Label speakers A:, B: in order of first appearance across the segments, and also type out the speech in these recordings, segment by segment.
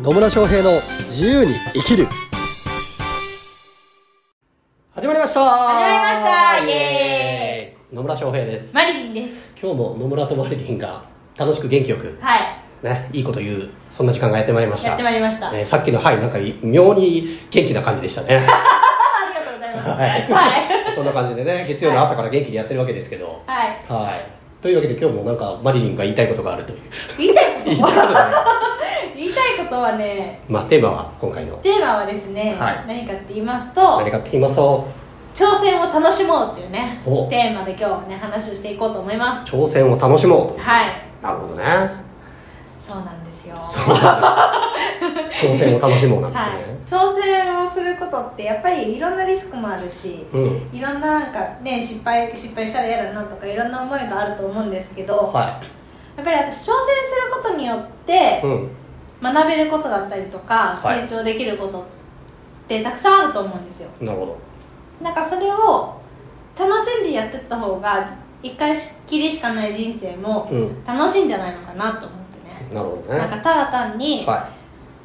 A: 野村翔平の自由に生きる始まりました
B: まりましたイエ
A: ーイ野村翔平です
B: マリリンです。
A: 今日も野村とマリリンが楽しく元気よく
B: は
A: ねいいこと言うそんな時間がやってまいりまし
B: い。
A: た
B: やってまいりました。あ
A: えーさっきのはいなんか妙に元気な感じでしたね
B: りがとうございます。
A: は
B: はいい。はい。
A: そんな感じでね月曜の朝から元気にやってるわけですけどはいというわけで今日もなんかマリリンが言いたいことがある という
B: 言いたいこ
A: 言いたいことがない
B: と、言いたいことはね、
A: まあテーマは今回の
B: テーマはですね、
A: はい
B: 何かって言いますと
A: 何、かって言いますと
B: 挑戦を楽しもうっていうね、
A: お
B: テーマで今日はね、話をしていこうと思いま
A: 挑戦を楽しも
B: す。はい。
A: うなるほどね
B: そうなんですよ。
A: そうなん です挑戦を楽しもうなんです
B: は
A: ね、
B: い。挑戦をすることって、やっぱりいろんなリスクもあるし、
A: うん
B: いろんななんかね、失敗、失敗したら嫌だなとか、いろんな思いがあると思うんですけど、
A: は
B: やっぱり私、挑戦することによって
A: い、うん
B: 学べることだったりとか、
A: はい
B: 成長できることってたくさんあると思うんですよ
A: なるほど
B: なんかそれを楽しんでやってった方が一回きりしかない人生も
A: うん
B: 楽しいんじゃないのかなと思ってね
A: なるほどね
B: なんかただ単に
A: は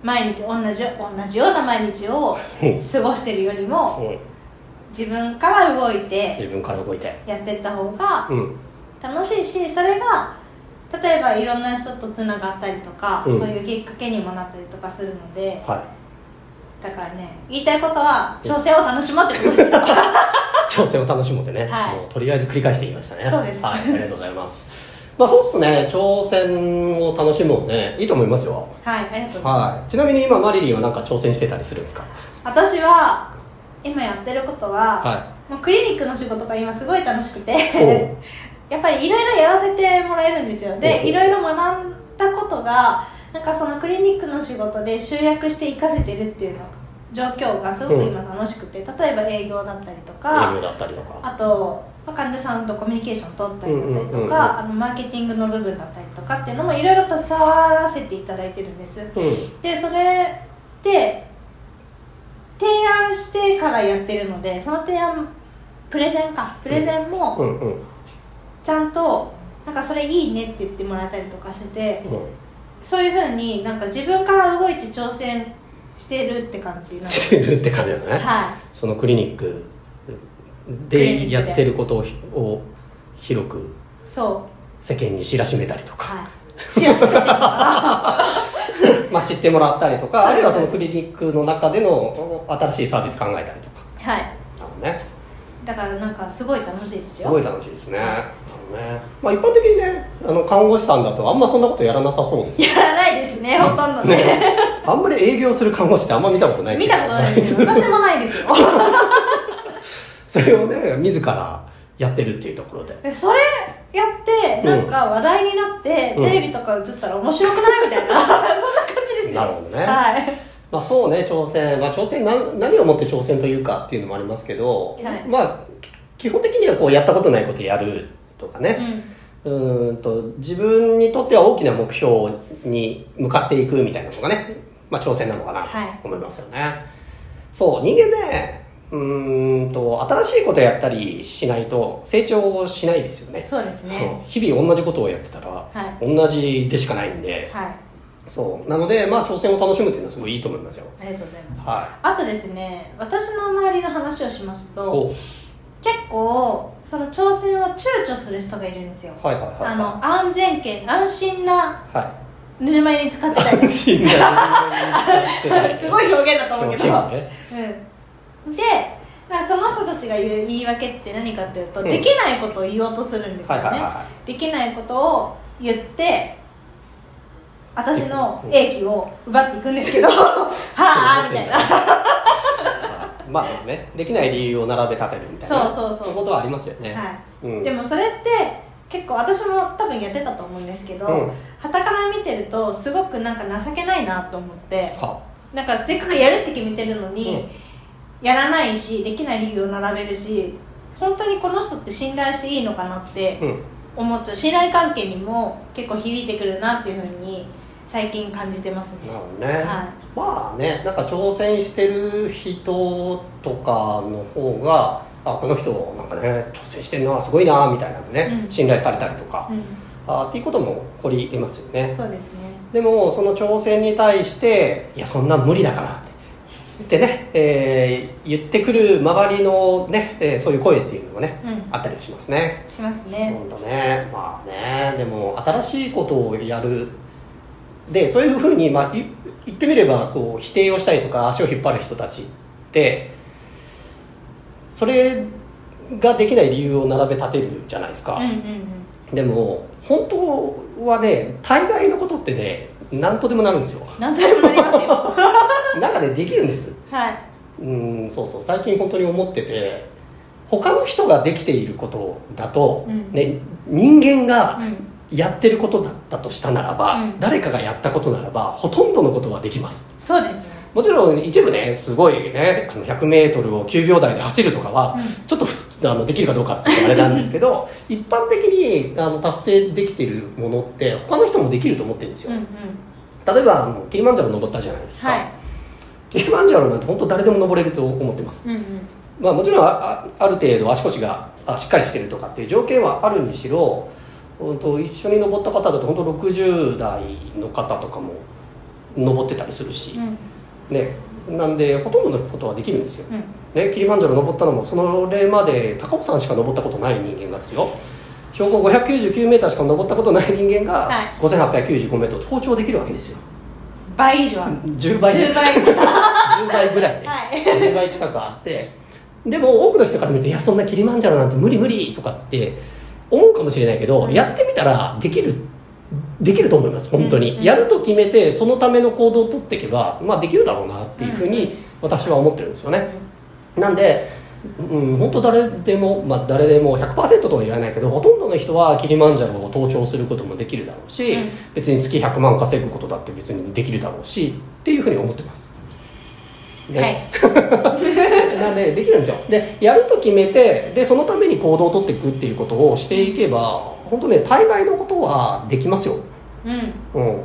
B: 毎日同じ同じような毎日を
A: い、うん
B: 過ごしてるよりも
A: うん
B: 自分から動いて
A: 自分から動いて
B: やってった方が
A: うん
B: 楽しいしそれが例えばいろんな人とつながったりとか、
A: うん
B: そういうきっかけにもなったりとかするので、
A: はい
B: だからね言いたいことは調整を楽しもうってこと です
A: 挑戦を楽しもうってね、
B: はい
A: もうとりあえず繰り返していきましたね
B: そうです
A: はい、ありがとうございますまあそうっすね挑戦を楽しもうねいいと思いますよ
B: はいありがとうございます、
A: はいちなみに今マリリンはなんか挑戦してたりするんですか
B: 私は今やってることは、
A: は
B: もうクリニックの仕事が今すごい楽しくて
A: お
B: やっぱりいろいろやらせてもらえるんですよ
A: おう
B: でいろいろ学んだことがなんかそのクリニックの仕事で集約して活かせてるっていうの状況がすごく今楽しくて、例えば営業だったりとか
A: 営業だったりとか
B: あとまあ患者さんとコミュニケーション取ったりだったり
A: うんうんうん
B: と
A: うん
B: かあのマーケティングの部分だったりとかっていうのもいろいろ携わらせていただいてるんです
A: うん
B: でそれで提案してからやってるのでその提案プレゼンかプレゼン
A: う
B: も
A: んうん
B: ちゃんとなんかそれいいねって言ってもらえたりとかしてて
A: うん
B: そういうふうになんか自分から動いて挑戦してるって感じなの
A: してるって感じだね、
B: は
A: そのクリニック
B: クリニック
A: で
B: で
A: やってることをを広く
B: いそう
A: 世間に知らしめたりとか、
B: はいシ ェアしてる
A: まあ、知ってもらったりとか
B: そう
A: あるいはそのクリニックの中での新しいサービス考えたりとか
B: はい
A: なのね
B: だからなんかすごい楽しいです
A: す
B: よ
A: ごい楽しいですねなのね、まあ、一般的にねあの看護師さんだとあんまそんなことやらなさそうですね
B: やらないですねほとんどね
A: ねあんまり営業する看護師ってあんま見たことない
B: 見たことないですよ私もないですよ
A: それをね自らやってるっていうところで
B: それやってなんか話題になって、
A: うん
B: テレビとか映ったら面白くないみたいなそんな感じですよ
A: なるほどね
B: はい
A: まあ、そうね挑戦、まあ、挑戦な何をもって挑戦というかっていうのもありますけど、
B: はい
A: まあき基本的にはこうやったことないことやるとか
B: う
A: ね、
B: ん
A: うーんと自分にとっては大きな目標に向かっていくみたいなのがね、まあ、挑戦なのかな
B: はい
A: と思いますよね、そう人間ねうーんと新しいことやったりしないと成長しないですよね
B: そうですね
A: うん日々同じことをやってたら、
B: は
A: 同じでしかないんで、
B: はい
A: そうなのでまあ挑戦を楽しむっていうのはすごいいいと思いますよ
B: ありがとうございます
A: はい
B: あとですね私の周りの話をしますと
A: お
B: 結構その挑戦を躊躇する人がいるんですよ
A: はいはいはい
B: あの安全圏安心な
A: は
B: ぬるま湯に使ってた
A: い
B: り
A: 心だ
B: す ごい表現だと思うけど
A: ね
B: うん、でまあその人たちが言う言い訳って何かというと、
A: うん
B: できないことを言おうとするんです
A: は
B: よ
A: い
B: ね、
A: はいはいは
B: できないことを言って私の英気を奪っていくんで すけどはあみたいな
A: はいまあねできない理由を並べ立てるみたいな
B: そうそうそう
A: いうことはありますよね、
B: は
A: う
B: い、
A: ん
B: でもそれって結構私も多分やってたと思うんですけど、
A: うん
B: 傍から見てるとすごくなんか情けないなと思って
A: は
B: なんかせっかくやるって決めてるのに、やらないしできない理由を並べるし本当にこの人って信頼していいのかなって
A: うん
B: 思っちゃう信頼関係にも結構響いてくるなっていうふうに最近感じてますね
A: なるほどね、
B: は
A: まあねなんか挑戦してる人とかの方があこの人なんかね挑戦してるのはすごいなみたいなんでね、
B: うん
A: 信頼されたりとか
B: い、、うん、
A: あっていうことも起こり得ますよね
B: そうですね
A: でもその挑戦に対して「いやそんな無理だから」って言ってね、えー言ってくる周りのね、えーそういう声っていうのもね、
B: うん
A: あったりしますね
B: しますね
A: 本当ねまあねでも新しいことをやるでそういうふうに、まあ、い言ってみればこう否定をしたりとか足を引っ張る人たちってそれができない理由を並べ立てるじゃないですか、
B: うんうん
A: でも本当はね大概のことってね何とでもなるんですよ
B: うんなんとでもなります よ
A: 中でできるんです
B: はい
A: うんそうそう最近本当に思ってて他の人ができていることだと、
B: うん
A: ね、人間が
B: うん
A: やってることだったとしたならば、
B: うん
A: 誰かがやったことならばほとんどのことはできます
B: そうですね
A: もちろん一部ねすごいねあの 100m を9秒台で走るとかは、
B: うん
A: ちょっと普通あのできるかどうかっていうのはあれなんですけ ど一般的にあの達成できてるものって他の人もできると思ってるんですよ、
B: うんうん
A: 例えばあのキリマンジャロ登ったじゃないですか、
B: はい
A: キリマンジャロなんて本当誰でも登れると思ってます
B: うんうん
A: まあ、もちろんああある程度足腰があしっかりしてるとかっていう条件はあるにしろ、うん、と一緒に登った方だと本当60代の方とかも登ってたりするし
B: う、ん
A: ね、なんでほとんどのことはできるんですよ、
B: うん
A: ね、キリマンジャロ登ったのもその例まで高尾山しか登ったことない人間がですよ標高 599m しか登ったことない人間が
B: はい
A: 5895m 登頂できるわけですよ
B: 倍以上ある
A: 10倍
B: 10
A: 10
B: 倍
A: 倍ぐらいね
B: はい
A: 10倍近くあってでも多くの人から見ると「いやそんなキリマンジャロなんて無理無理」とかって思うかもしれないけど、
B: うん
A: やってみたらできるできると思います本当に、
B: うんうん
A: やると決めてそのための行動を取っていけば、まあ、できるだろうなっていうふうに私は思ってるんですよね、なんで、うん、本当誰でも、まあ、誰でも100%とは言わないけどほとんどの人はキリマンジャロを登頂することもできるだろうし、
B: うん
A: 別に月100万稼ぐことだって別にできるだろうしっていうふうに思ってます、ね
B: は い
A: なんでできるんですよでやると決めてでそのために行動を取っていくっていうことをしていけば本当ね大概のことはできますよ、
B: うん
A: うん、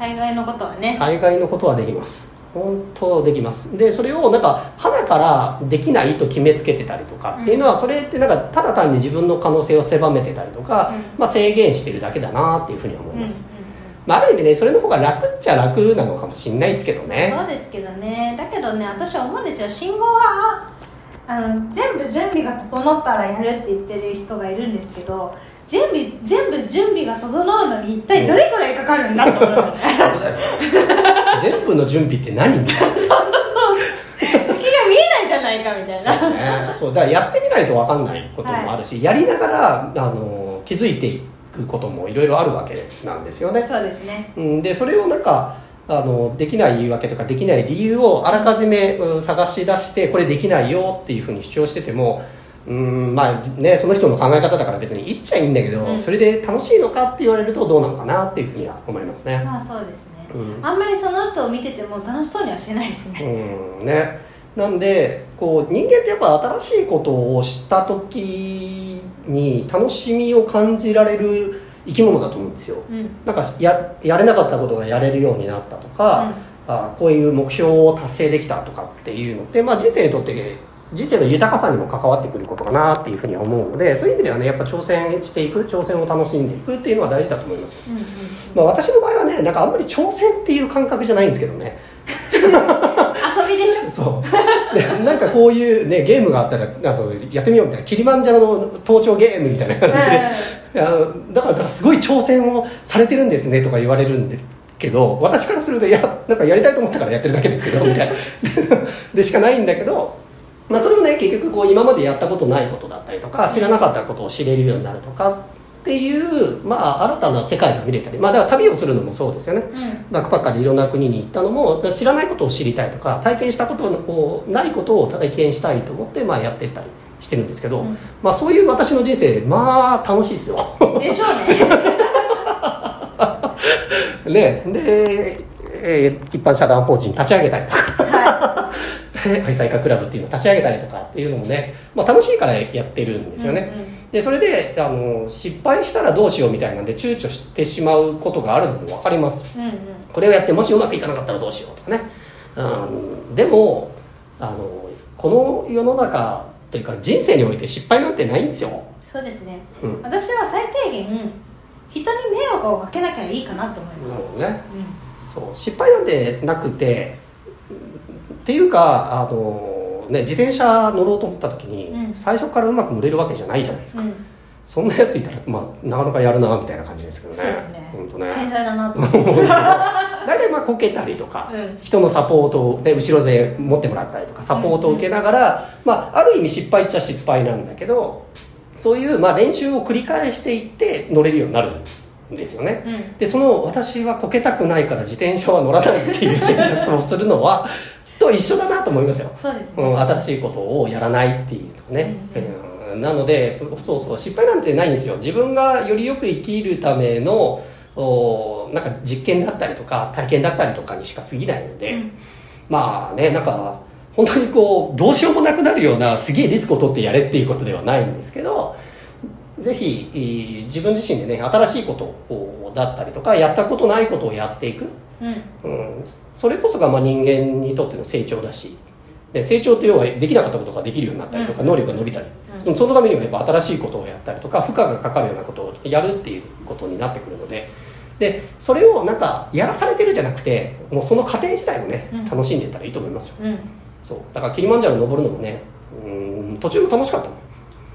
B: 大概のことはね
A: 大概のことはできます本当できますでそれをなんか花からできないと決めつけてたりとかっていうのは、それってなんかただ単に自分の可能性を狭めてたりとか、
B: うん
A: まあ、制限してるだけだなっていうふうに思い
B: うんうんう
A: ま
B: ん
A: す、まあ、ある意味ねそれの方が楽っちゃ楽なのかもしれないですけどね
B: そうですけどねだけどね私は思うんですよ信号があの全部準備が整ったらやるって言ってる人がいるんですけど全部全部準備が整うのに一体どれくらいかかるんだって思うんです よね
A: 全部の準備って何みたい
B: 先が見えないじゃないかみたいな
A: な、ね、そうだからやってみないと分かんないこともあるし、やりながらあの気づいていくこともいろいろあるわけなんですよね
B: そうですね
A: うん、でそれをなんかあのできない言い訳とかできない理由をあらかじめ、うん探し出してこれできないよっていうふうに主張しててもうんまあねその人の考え方だから別に言っちゃいいんだけど、
B: うん
A: それで楽しいのかって言われるとどうなのかなっていうふうには思いますね。
B: まあそうですね
A: うん
B: あんまりその人を見てても楽しそうにはしてないですね
A: うんね、なんでこう人間ってやっぱ新しいことをした時に楽しみを感じられる生き物だと思うんですよ。
B: うんうん
A: なんかややれなかったことがやれるようになったとか、あこういう目標を達成できたとかっていうのって、まあ、人生にとって人生の豊かさにも関わってくることかなっていうふうには思うのでそういう意味ではねやっぱ挑戦していく挑戦を楽しんでいくっていうのは大事だと思いますよ、
B: うんうん
A: まあ、私の場合はねなんかあんまり挑戦っていう感覚じゃないんですけどね
B: 遊びで しょ
A: そうでなんかこういう、ね、ゲームがあったらあとやってみようみたいなキリマンジャロの登頂ゲームみたいな感じで、いやだからだからすごい挑戦をされてるんですねとか言われるんでけど私からするといやなんかやりたいと思ったからやってるだけですけどみたいな でしかないんだけど、まあ、それもね結局こう今までやったことないことだったりとか知らなかったことを知れるようになるとかっていう、まあ、新たな世界が見れたり、まあ、だから旅をするのもそうですよね
B: うんうん
A: バックパッカーでいろんな国に行ったのも知らないことを知りたいとか体験したことをないことを体験したいと思って、まあ、やってったりしてるんですけど、
B: うん
A: まあ、そういう私の人生まあ楽しいですよ。
B: でしょう ね
A: ね、で、えー一般社団法人立ち上げたりとか
B: は
A: 愛妻家クラブっていうのを立ち上げたりとかっていうのもね、まあ、楽しいからやってるん
B: い
A: ですよね、
B: うんうん
A: でそれであの失敗したらどうしようみたいなんで躊躇してしまうことがあるのも分かります
B: うんうん
A: これをやってもしうまくいかなかったらどうしようとかね、うん、でもあのこの世の中というか人生において失敗なんてないんですよ、
B: そうですね
A: うん
B: 私は最低限人に迷惑をかけなきゃいいかなと思い
A: な
B: ま
A: る
B: す、
A: ほどね
B: う
A: そ
B: ん
A: う失敗なんてなくてっていうかあの、ね、自転車乗ろうと思った時に、
B: うん
A: 最初からうまく乗れるわけじゃないじゃないですか、
B: うん
A: そんなやついたら、まあ、なかなかやるなみたいな感じですけどね
B: そうですね
A: 本当ね
B: 天才だなと 思って
A: 大体まあこけたりとか、
B: うん
A: 人のサポートを、ね、後ろで持ってもらったりとかサポートを受けながら、まあ、ある意味失敗っちゃ失敗なんだけどそういうまあ練習を繰り返していって乗れるようになるんですよね。
B: うん
A: でその私はこけたくないから自転車は乗らないっていう選択をするのはと一緒だなと思いますよ、
B: そうです
A: う
B: ね、
A: ん、新しいことをやらないっていうのね、
B: うん
A: うんなのでそうそう失敗なんてないんですよ自分がよりよく生きるためのおなんか実験だったりとか体験だったりとかにしか過ぎないので、
B: うん
A: まあねなんか本当にこうどうしようもなくなるようなすげえリスクを取ってやれっていうことではないんですけどぜひえー自分自身でね新しいことをだったりとかやったことないことをやっていく、
B: うん
A: うん、それこそがまあ人間にとっての成長だしで成長って要はできなかったことができるようになったりとか、
B: うん
A: 能力が伸びたり、
B: うん
A: そのためにはやっぱ新しいことをやったりとか負荷がかかるようなことをやるっていうことになってくるのででそれをなんかやらされてるじゃなくてもうその過程自体をね
B: うん
A: 楽しんでいったらいいと思いますよ、
B: うん、
A: そうだからキリマンジャロ登るのもねうん途中も楽しかったもん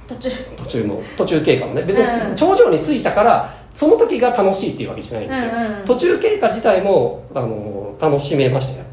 B: 途中
A: 途中も途中経過もね別
B: うん
A: に頂上に着いたからその時が楽しいっていうわけじゃないんですよ、
B: うんうん
A: 途中経過自体もあの楽しめましたよ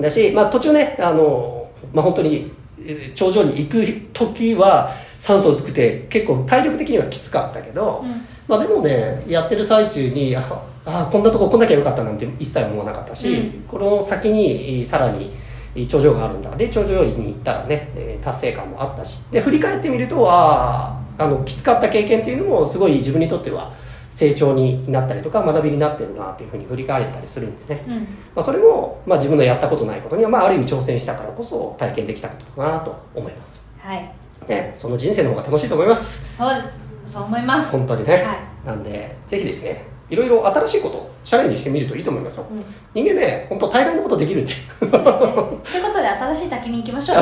A: だし、まあ、途中ねあの、まあ、本当にえー頂上に行く時は酸素薄くて結構体力的にはきつかったけど、
B: うん
A: まあ、でもねやってる最中にああこんなとこ来なきゃよかったなんて一切思わなかったし、
B: うん
A: この先にえーさらにえー頂上があるんだで頂上に行ったらねえー達成感もあったしで振り返ってみるとあーあのきつかった経験っていうのもすごい自分にとっては成長になったりとか学びになってるなっていうふうに振り返れたりするんでね、
B: うん
A: まあ、それも、まあ、自分のやったことないことには、まあ、ある意味挑戦したからこそ体験できたことかなと思います、
B: はい
A: ね、その人生の方が楽しいと思い ます
B: そうそう思います、
A: 本当にね、
B: は
A: なんでぜひですねいろいろ新しいことチャレンジしてみるといいと思いますよ
B: うん
A: 人間ね本当大概のことできるん で
B: そうですね。ということで新しい滝に行きましょう。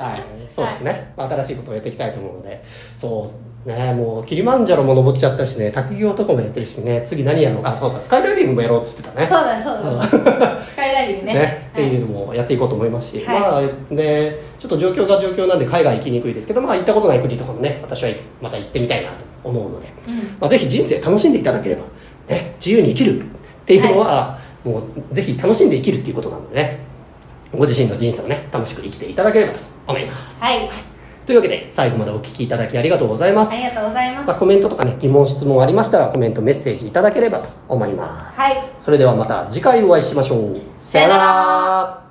A: はいそうですね、まあ新しいことをやっていきたいと思うのでそうねもうキリマンジャロも登っちゃったしね滝行とかもやってるしね次何やろうかあそうだスカイダイビングもやろうっつってたね
B: そうだそうだ。スカイダイビングね。
A: ね、って
B: はい
A: いうのもやっていこうと思いますし、
B: はい
A: まあねちょっと状況が状況なんで海外行きにくいですけどまあ行ったことない国とかもね私はまた行ってみたいなと思うので、
B: うん
A: まあ、ぜひ人生楽しんでいただければ、ね、自由に生きるっていうのは、もうぜひ楽しんで生きるっていうことなのでねご自身の人生をね楽しく生きていただければと思います
B: はい。
A: というわけで最後までお聞きいただきありがとうございます
B: ありがとうございま
A: まあ、コメントとかね疑問質問ありましたらコメントメッセージいただければと思います
B: す。はい。
A: それではまた次回お会いしましょう
B: さよなら
A: さよなら